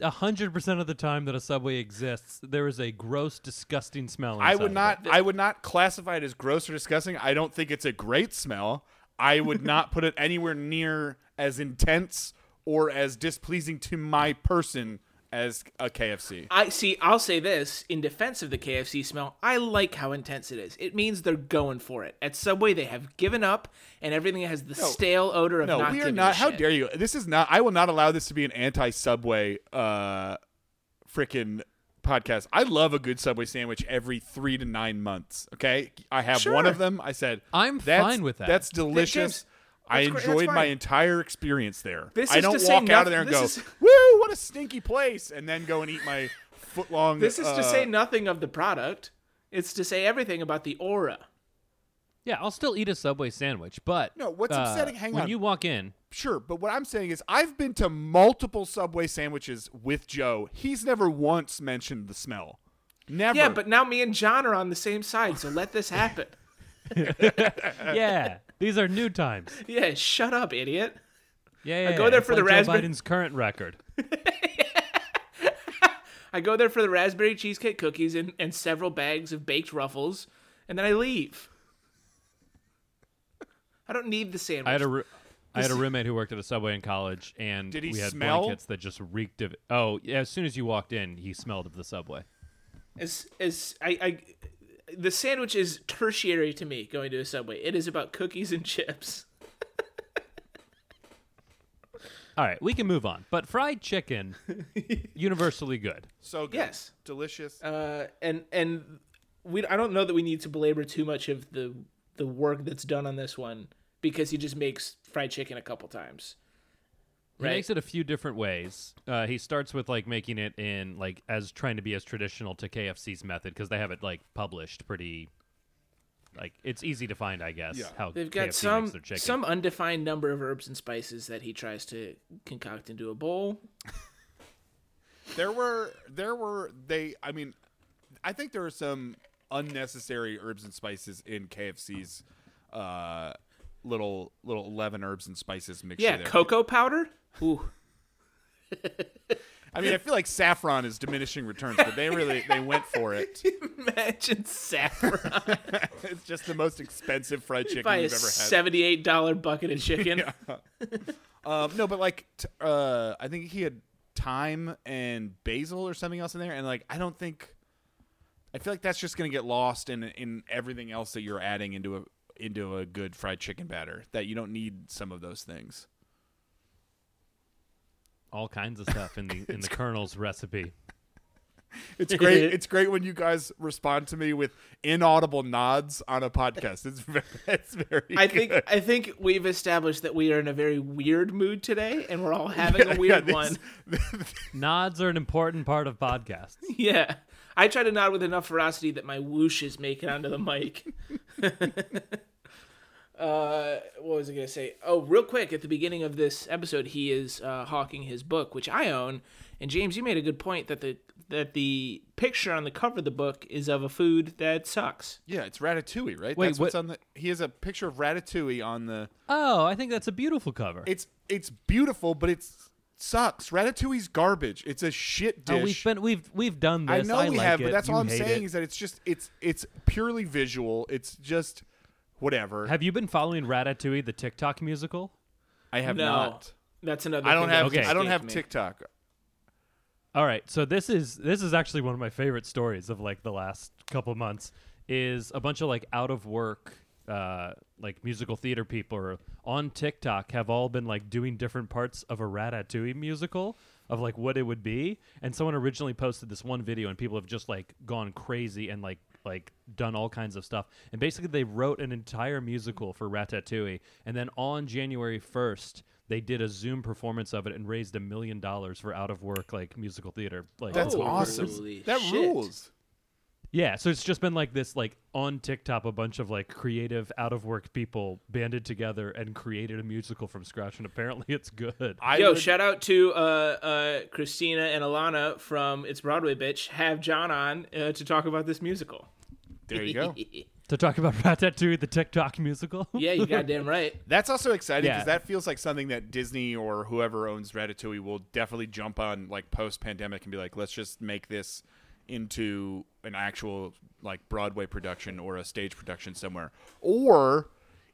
Speaker 2: a hundred percent of the time that a subway exists, there is a gross, disgusting smell.
Speaker 3: I
Speaker 2: inside of
Speaker 3: would
Speaker 2: it.
Speaker 3: not I would not classify it as gross or disgusting. I don't think it's a great smell. I would not put it anywhere near as intense or as displeasing to my person as a KFC.
Speaker 1: I see. I'll say this in defense of the KFC smell. I like how intense it is. It means they're going for it. At Subway, they have given up, and everything has the stale odor of
Speaker 3: No,
Speaker 1: not.
Speaker 3: we are
Speaker 1: giving
Speaker 3: not.
Speaker 1: A
Speaker 3: How
Speaker 1: shit.
Speaker 3: dare you? This is not. I will not allow this to be an anti-subway, uh, freaking podcast. I love a good subway sandwich every three to nine months. Okay, I have one
Speaker 1: Sure.
Speaker 3: of them. I said
Speaker 2: I'm
Speaker 3: that's,
Speaker 2: fine with that."
Speaker 3: That's
Speaker 1: James,
Speaker 3: delicious. I
Speaker 1: that's gr- that's
Speaker 3: enjoyed my
Speaker 1: fine.
Speaker 3: entire experience there.
Speaker 1: This
Speaker 3: I
Speaker 1: is
Speaker 3: don't
Speaker 1: to say
Speaker 3: walk out
Speaker 1: noth-
Speaker 3: of there and
Speaker 1: this
Speaker 3: go,
Speaker 1: is-
Speaker 3: "Woo, what a stinky place," and then go and eat my foot long.
Speaker 1: This is
Speaker 3: uh,
Speaker 1: to say nothing of the product. It's to say everything about the aura.
Speaker 2: Yeah, I'll still eat a Subway sandwich, but
Speaker 3: No, what's
Speaker 2: uh,
Speaker 3: upsetting- hang
Speaker 2: when
Speaker 3: on.
Speaker 2: you walk in,
Speaker 3: Sure, but what I'm saying is I've been to multiple Subway sandwiches with Joe. He's never once mentioned the smell. Never.
Speaker 1: Yeah, but now me and John are on the same side, so let this happen.
Speaker 2: yeah, these are new times.
Speaker 1: yeah, shut up, idiot.
Speaker 2: Yeah, yeah,
Speaker 1: go
Speaker 2: yeah.
Speaker 1: there
Speaker 2: It's
Speaker 1: for the
Speaker 2: like Joe
Speaker 1: raspberry-
Speaker 2: Biden's current record.
Speaker 1: I go there for the raspberry cheesecake cookies and, and several bags of baked ruffles, and then I leave. I don't need the sandwich.
Speaker 2: I had a roo- I had a roommate who worked at a Subway in college, and
Speaker 3: Did he
Speaker 2: we had
Speaker 3: smell?
Speaker 2: blankets that just reeked of. Oh, yeah, as soon as you walked in, he smelled of the Subway.
Speaker 1: as as I, I the sandwich is tertiary to me going to a subway. It is about cookies and chips.
Speaker 2: All right, we can move on. But fried chicken, universally good.
Speaker 3: so good.
Speaker 1: Yes.
Speaker 3: delicious.
Speaker 1: Uh, and and we I don't know that we need to belabor too much of the the work that's done on this one because he just makes fried chicken a couple times.
Speaker 2: He
Speaker 1: Right.
Speaker 2: makes it a few different ways. Uh, he starts with like making it in like as trying to be as traditional to KFC's method because they have it like published pretty. Like it's easy to find, I guess.
Speaker 3: Yeah.
Speaker 2: How
Speaker 1: They've got
Speaker 2: KFC makes
Speaker 1: some
Speaker 2: their chicken.
Speaker 1: some undefined number of herbs and spices that he tries to concoct into a bowl.
Speaker 3: There were there were they I mean I think there were some unnecessary herbs and spices in KFC's uh little little 11 herbs and spices mixture
Speaker 1: Yeah,
Speaker 3: there.
Speaker 1: cocoa powder. Ooh,
Speaker 3: I mean, I feel like saffron is diminishing returns, but they really they went for it.
Speaker 1: imagine saffron
Speaker 3: It's just the most expensive fried chicken
Speaker 1: by
Speaker 3: we've
Speaker 1: a
Speaker 3: ever had.
Speaker 1: seventy-eight dollar bucket of chicken.
Speaker 3: Um, no, but like, t- uh, I think he had thyme and basil or something else in there, and like, I don't think, I feel like that's just gonna get lost in in everything else that you're adding into a into a good fried chicken batter. That you don't need some of those things.
Speaker 2: all kinds of stuff in the in the Colonel's recipe.
Speaker 3: It's great. it's great when you guys respond to me with inaudible nods on a podcast. It's very, it's very.
Speaker 1: I think
Speaker 3: good.
Speaker 1: I think we've established that we are in a very weird mood today, and we're all having a weird
Speaker 3: Yeah,
Speaker 1: one.
Speaker 3: this-
Speaker 2: Nods are an important part of podcasts.
Speaker 1: Yeah, I try to nod with enough ferocity that my whooshes make it onto the mic. uh, what was I going to say? Oh, real quick, at the beginning of this episode, he is uh, hawking his book, which I own. And James, you made a good point that the that the picture on the cover of the book is of a food that sucks.
Speaker 3: Yeah, it's Ratatouille, right?
Speaker 2: Wait,
Speaker 3: That's what's
Speaker 2: what-
Speaker 3: on the. He has a picture of Ratatouille on the.
Speaker 2: Oh, I think that's a beautiful cover.
Speaker 3: It's it's beautiful, but it's sucks. Ratatouille's garbage. It's a shit dish.
Speaker 2: Oh, we've been we've we've done this.
Speaker 3: I know we
Speaker 2: like
Speaker 3: have,
Speaker 2: it.
Speaker 3: but that's
Speaker 2: You
Speaker 3: all I'm
Speaker 2: hate
Speaker 3: saying
Speaker 2: it.
Speaker 3: is that it's just it's it's purely visual. It's just whatever.
Speaker 2: Have you been following Ratatouille, the TikTok musical?
Speaker 3: I have
Speaker 1: no,
Speaker 3: not.
Speaker 1: that's another.
Speaker 3: I don't
Speaker 1: thing that
Speaker 3: have
Speaker 2: Okay.
Speaker 3: I don't
Speaker 1: escaped
Speaker 3: have
Speaker 1: me.
Speaker 3: TikTok.
Speaker 2: All right, so this is this is actually one of my favorite stories of like the last couple months. Is a bunch of like out of work, uh, like musical theater people are on TikTok have all been like doing different parts of a Ratatouille musical of like what it would be. And someone originally posted this one video, and people have just like gone crazy and like like done all kinds of stuff. And basically, they wrote an entire musical for Ratatouille, and then on January first, they did a Zoom performance of it and raised a million dollars for out of work like musical theater. Like
Speaker 3: That's
Speaker 1: Oh,
Speaker 3: awesome.
Speaker 1: holy
Speaker 3: That
Speaker 1: shit.
Speaker 3: rules.
Speaker 2: yeah, so it's just been like this, like on TikTok, a bunch of like creative out of work people banded together and created a musical from scratch, and apparently it's good.
Speaker 3: I
Speaker 1: Yo,
Speaker 3: would-
Speaker 1: shout out to uh, uh, Christina and Alana from It's Broadway Bitch. Have John on uh, to talk about this musical.
Speaker 3: there you go.
Speaker 2: to talk about Ratatouille, the TikTok musical.
Speaker 1: yeah, you goddamn right.
Speaker 3: That's also exciting because
Speaker 2: Yeah.
Speaker 3: that feels like something that Disney or whoever owns Ratatouille will definitely jump on, like post pandemic, and be like, let's just make this into an actual like Broadway production or a stage production somewhere, or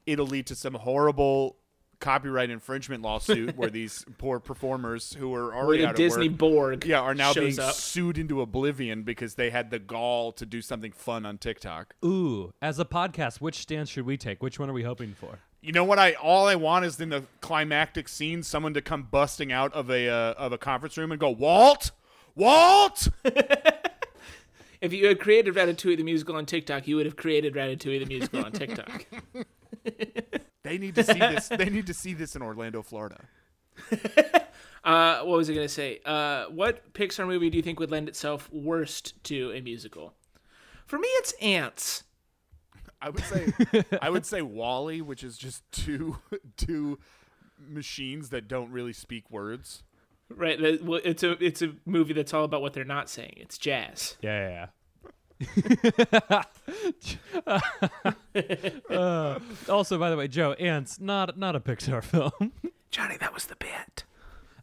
Speaker 3: it'll lead to some horrible copyright infringement lawsuit where these poor performers who are
Speaker 1: Where
Speaker 3: already
Speaker 1: the
Speaker 3: out of
Speaker 1: Disney
Speaker 3: work,
Speaker 1: Borg
Speaker 3: yeah, are now
Speaker 1: shows
Speaker 3: being
Speaker 1: up.
Speaker 3: sued into oblivion because they had the gall to do something fun on TikTok.
Speaker 2: Ooh, as a podcast, which stance should we take? Which one are we hoping for?
Speaker 3: You know what? I all I want is in the climactic scene, someone to come busting out of a uh, of a conference room and go, Walt, Walt.
Speaker 1: If you had created Ratatouille the musical on TikTok, you would have created Ratatouille the musical on TikTok.
Speaker 3: they need to see this. They need to see this in Orlando, Florida.
Speaker 1: Uh, what was I going to say? Uh, what Pixar movie do you think would lend itself worst to a musical? For me, it's Ants.
Speaker 3: I would say, I would say Wally, which is just two two machines that don't really speak words.
Speaker 1: Right? the- well, It's a it's a movie that's all about what they're not saying. It's jazz.
Speaker 2: Yeah, yeah, Uh, also, by the way, Joe, Ants, not not a Pixar film.
Speaker 1: Johnny, that was the bit.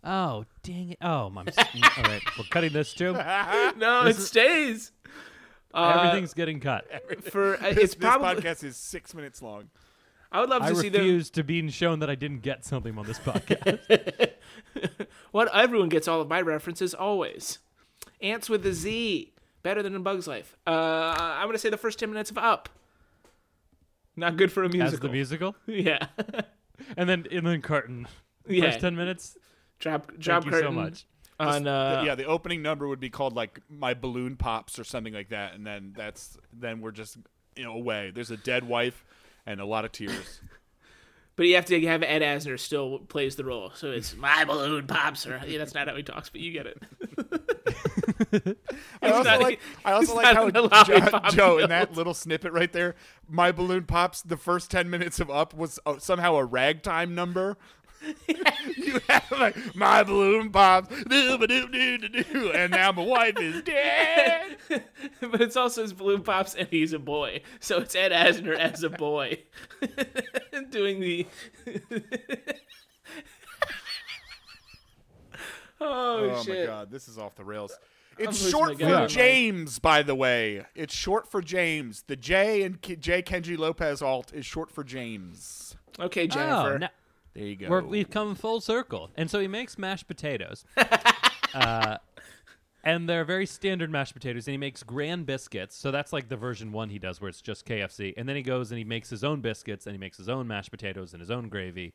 Speaker 2: oh, dang it. Oh, I'm, all right, we're cutting this too.
Speaker 1: No, it stays. Uh,
Speaker 2: Everything's getting cut.
Speaker 1: For uh, it's
Speaker 3: This
Speaker 1: probably.
Speaker 3: podcast is six minutes long.
Speaker 1: I would love
Speaker 2: I
Speaker 1: to see them.
Speaker 2: refuse to being shown that I didn't get something on this podcast.
Speaker 1: What everyone gets all of my references always. Ants with a Z. Better than in Bug's Life. Uh, I'm gonna say the first ten minutes of Up. Not good for a
Speaker 2: As the
Speaker 1: musical.
Speaker 2: musical,
Speaker 1: yeah.
Speaker 2: and then and then curtain.
Speaker 1: yeah.
Speaker 2: First ten minutes.
Speaker 1: Drop drop
Speaker 2: Thank you
Speaker 1: curtain
Speaker 2: so much.
Speaker 1: on uh,
Speaker 3: yeah, the opening number would be called like "My Balloon Pops" or something like that, and then that's then we're just you know away. There's a dead wife and a lot of tears.
Speaker 1: But you have to have Ed Asner still plays the role, so it's my balloon pops. Or yeah, that's not how he talks, but you get it.
Speaker 3: I also
Speaker 1: not-
Speaker 3: like, I
Speaker 1: he's
Speaker 3: also like
Speaker 1: not
Speaker 3: how
Speaker 1: in the lobby
Speaker 3: Jo-
Speaker 1: popping
Speaker 3: Joe in that little snippet right there. My balloon pops. The first ten minutes of Up was uh, somehow a ragtime number. you have like my balloon pops, doo-ba-doo-doo-doo-doo, and now my wife is dead.
Speaker 1: but it's also his balloon pops, and he's a boy, so it's Ed Asner as a boy doing the. oh,
Speaker 3: Oh
Speaker 1: shit!
Speaker 3: my god, this is off the rails. It's
Speaker 1: losing my
Speaker 3: short for
Speaker 1: goddamn mind.
Speaker 3: James, by the way. It's short for James. The J and K- J Kenji Lopez alt is short for James.
Speaker 1: Okay,
Speaker 2: Oh,
Speaker 1: Jennifer.
Speaker 2: now-
Speaker 3: There you go.
Speaker 2: We're, we've come full circle. And so he makes mashed potatoes. uh, and they're very standard mashed potatoes. And he makes grand biscuits. So that's like the version one he does where it's just KFC. And then he goes and he makes his own biscuits and he makes his own mashed potatoes and his own gravy.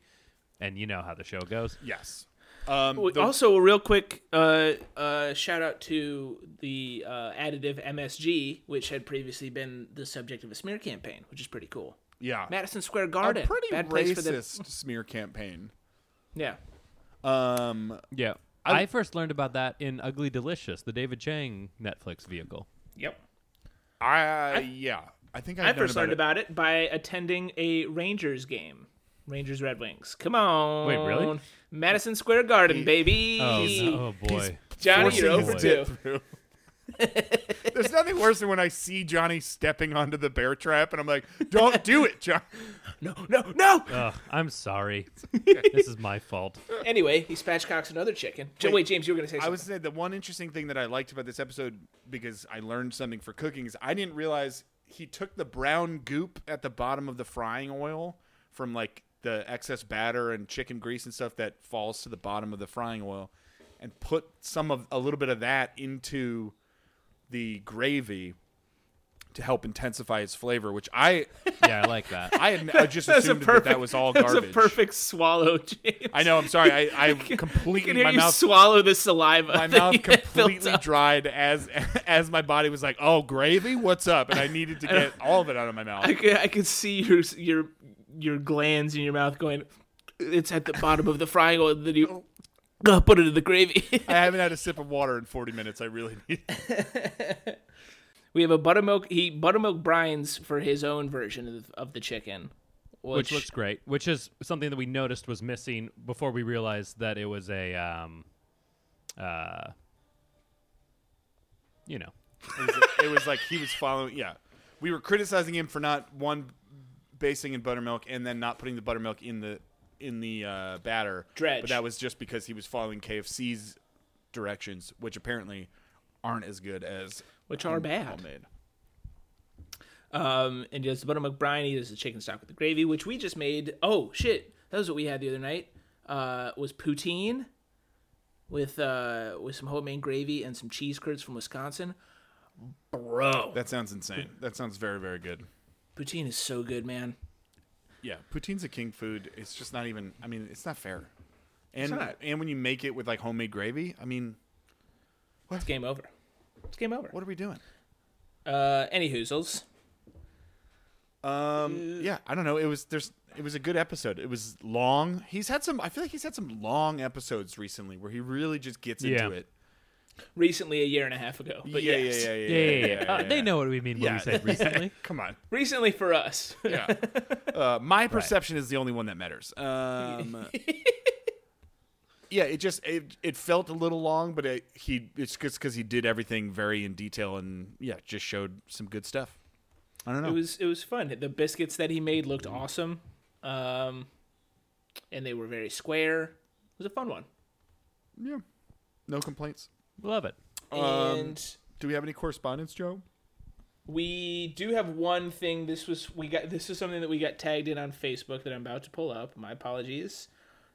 Speaker 2: And you know how the show goes.
Speaker 3: yes. Um,
Speaker 1: Wait,
Speaker 3: the-
Speaker 1: also, a real quick uh, uh, shout out to the uh, additive MSG, which had previously been the subject of a smear campaign, which is pretty cool.
Speaker 3: yeah.
Speaker 1: Madison Square
Speaker 3: a
Speaker 1: Garden,
Speaker 3: pretty
Speaker 1: bad place for the
Speaker 3: racist smear campaign.
Speaker 1: yeah.
Speaker 3: Um,
Speaker 2: Yeah. I, first learned about that in Ugly Delicious, the David Chang Netflix vehicle.
Speaker 1: Yep.
Speaker 3: I, yeah, I think I,
Speaker 1: I first learned about it. by attending a Rangers game. Rangers Red Wings. Come on.
Speaker 2: Wait, really?
Speaker 1: Madison Square Garden, baby.
Speaker 2: Oh, no, oh boy.
Speaker 1: Johnny,
Speaker 3: forcing
Speaker 1: you're
Speaker 3: his
Speaker 1: over two.
Speaker 3: bit through. There's nothing worse than when I see Johnny stepping onto the bear trap, and I'm like, "Don't do it, John."
Speaker 1: No, no, no.
Speaker 2: Ugh, I'm sorry. this is my fault.
Speaker 1: anyway, he spatchcocks another chicken. Wait, Wait James, you were going to say something.
Speaker 3: I would say the one interesting thing that I liked about this episode because I learned something for cooking is I didn't realize he took the brown goop at the bottom of the frying oil from like the excess batter and chicken grease and stuff that falls to the bottom of the frying oil and put some of a little bit of that into the gravy to help intensify its flavor, which I
Speaker 2: Yeah, I like that.
Speaker 3: I had I just
Speaker 1: That's a
Speaker 3: assumed that that was all
Speaker 1: that was
Speaker 3: garbage.
Speaker 1: a perfect swallow, James.
Speaker 3: I know. I'm sorry. I, I completely
Speaker 1: can hear
Speaker 3: my
Speaker 1: you
Speaker 3: mouth
Speaker 1: swallow the saliva.
Speaker 3: my
Speaker 1: that
Speaker 3: mouth
Speaker 1: you had built
Speaker 3: completely
Speaker 1: up.
Speaker 3: dried as as my body was like, "Oh, gravy, what's up?" And I needed to get all of it out of my mouth.
Speaker 1: I could, I could see your your your glands in your mouth going. It's at the bottom of the frying oil. Then you uh, put it in the gravy.
Speaker 3: I haven't had a sip of water in 40 minutes. I really need.
Speaker 1: we have a buttermilk. He buttermilk brines for his own version of, of the chicken,
Speaker 2: which
Speaker 1: which,
Speaker 2: looks great. Which is something that we noticed was missing before we realized that it was a, um, uh, you know,
Speaker 3: It was, it was like he was following. Yeah, we were criticizing him for not one basing in buttermilk and then not putting the buttermilk in the in the uh, batter.
Speaker 1: Dredge.
Speaker 3: But that was just because he was following KFC's directions, which apparently aren't as good as
Speaker 1: which are bad.
Speaker 3: homemade.
Speaker 1: Um, and he does the buttermilk brine. He does the chicken stock with the gravy, which we just made. Oh shit, that was what we had the other night. Uh, was poutine with uh with some homemade gravy and some cheese curds from Wisconsin. Bro,
Speaker 3: That sounds insane. That sounds very very good.
Speaker 1: poutine is so good, man.
Speaker 3: Yeah, poutine's a king food. It's just not even. I mean, it's not fair. And
Speaker 1: not.
Speaker 3: and when you make it with like homemade gravy, I mean,
Speaker 1: It's game over. It's game over.
Speaker 3: what are we doing?
Speaker 1: Uh, any hoozles?
Speaker 3: Um, yeah, I don't know. It was there's it was a good episode. It was long. He's had some. I feel like he's had some long episodes recently where he really just gets
Speaker 2: Yeah.
Speaker 3: into it.
Speaker 1: Recently, a year and a half ago, but
Speaker 3: yeah,
Speaker 1: yes.
Speaker 3: yeah, yeah, yeah,
Speaker 2: yeah,
Speaker 3: yeah,
Speaker 2: yeah, yeah. Uh,
Speaker 3: yeah,
Speaker 2: They
Speaker 3: yeah.
Speaker 2: know what we mean when
Speaker 3: Yeah.
Speaker 2: we said recently.
Speaker 3: Come on.
Speaker 1: Recently for us,
Speaker 3: Yeah. Uh, my perception is the only one that matters. Um, yeah, it just it, it felt a little long, but it, he it's just because he did everything very in detail and yeah, just showed some good stuff. I don't know.
Speaker 1: it was it was fun. The biscuits that he made looked awesome, um, and they were very square. It was a fun one.
Speaker 3: yeah, no complaints.
Speaker 2: Love it.
Speaker 1: and
Speaker 3: Do we have any correspondence, Joe?
Speaker 1: we do have one thing. This was we got. This is something that we got tagged in on Facebook that I'm about to pull up. My apologies.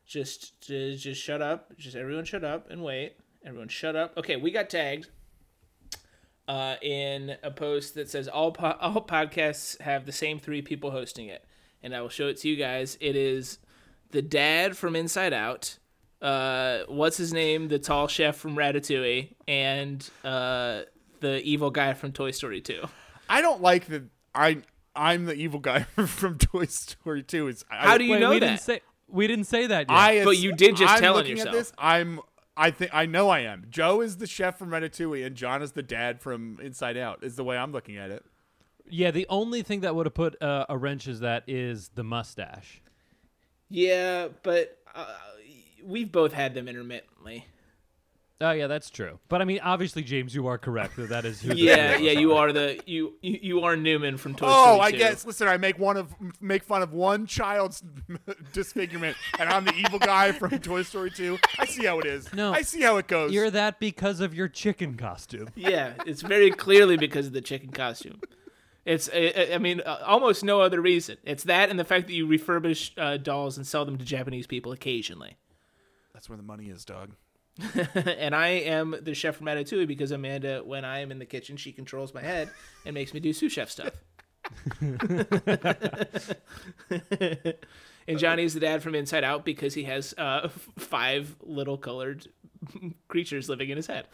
Speaker 1: Just just, just shut up. Just everyone shut up and wait. Everyone shut up. Okay, we got tagged. Uh, in a post that says all po- all podcasts have the same three people hosting it, and I will show it to you guys. It is the dad from Inside Out, uh, what's his name, the tall chef from Ratatouille, and uh, the evil guy from Toy Story Two.
Speaker 3: I don't like that. I I'm the evil guy from Toy Story Two. Is
Speaker 1: How do you
Speaker 2: Wait,
Speaker 1: know
Speaker 2: we
Speaker 1: that?
Speaker 2: didn't say we didn't say that yet.
Speaker 3: I,
Speaker 1: But you did just
Speaker 3: I'm
Speaker 1: tell on
Speaker 3: looking
Speaker 1: yourself.
Speaker 3: At this, I'm. I think I know I am. Joe is the chef from Ratatouille, and John is the dad from Inside Out. Is the way I'm looking at it.
Speaker 2: yeah, the only thing that would have put uh, a wrench is that is the mustache.
Speaker 1: yeah, but uh, we've both had them intermittently.
Speaker 2: Oh yeah, that's true. But I mean, obviously, James, you are correct that that is who. the
Speaker 1: Yeah,
Speaker 2: three
Speaker 1: yeah,
Speaker 2: of us
Speaker 1: you are the you you, you are Newman from Toy Story.
Speaker 3: Oh, I
Speaker 1: 2.
Speaker 3: guess. Listen, I make one of make fun of one child's disfigurement, and I'm the evil guy from Toy Story Two. I see how it is.
Speaker 2: No.
Speaker 3: I see how it goes.
Speaker 2: You're that because of your chicken costume.
Speaker 1: Yeah, it's very clearly because of the chicken costume. It's I, I- I mean uh, almost no other reason. It's that and the fact that you refurbish uh, dolls and sell them to Japanese people occasionally.
Speaker 3: That's where the money is, dog.
Speaker 1: and I am the chef from Ratatouille because Amanda, when I am in the kitchen, she controls my head and makes me do sous chef stuff. and Johnny is the dad from Inside Out because he has uh, f- five little colored creatures living in his head.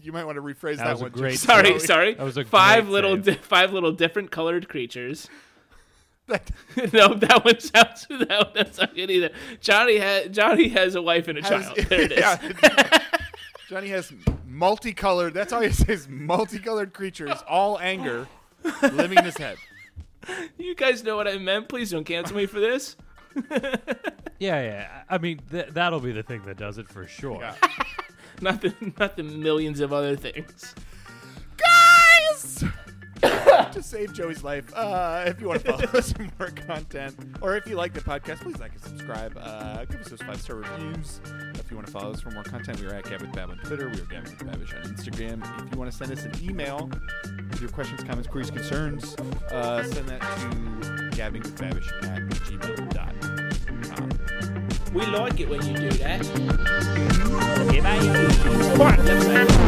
Speaker 3: You might want to rephrase that,
Speaker 2: That was a
Speaker 3: one.
Speaker 2: great
Speaker 3: James.
Speaker 1: Sorry,
Speaker 2: Joey.
Speaker 1: sorry.
Speaker 2: That was a
Speaker 1: five
Speaker 2: great
Speaker 1: little,
Speaker 2: save.
Speaker 1: di- five little different colored creatures.
Speaker 3: That-
Speaker 1: no, that one sounds that one, that's not good either. Johnny has Johnny has a wife and a
Speaker 3: Has-
Speaker 1: child. There it is.
Speaker 3: Yeah. Johnny has multicolored. That's all he says. Multicolored creatures, all anger, living in his head.
Speaker 1: You guys know what I meant. Please don't cancel me for this.
Speaker 2: Yeah, yeah. I I mean, th- that'll be the thing that does it for sure.
Speaker 3: Yeah.
Speaker 1: Not the not the millions of other things.
Speaker 3: guys to save joey's life uh, if you want to follow us for more content or if you like the podcast please like and subscribe uh, give us those five star reviews if you want to follow us for more content we are at Gab with Bab on twitter we are Gab with babish on instagram if you want to send us an email with your questions comments queries concerns uh, send that to gabbingwithbabish at gmail.com
Speaker 1: We like it when you do that.
Speaker 2: Okay, bye.
Speaker 1: Come on, let's-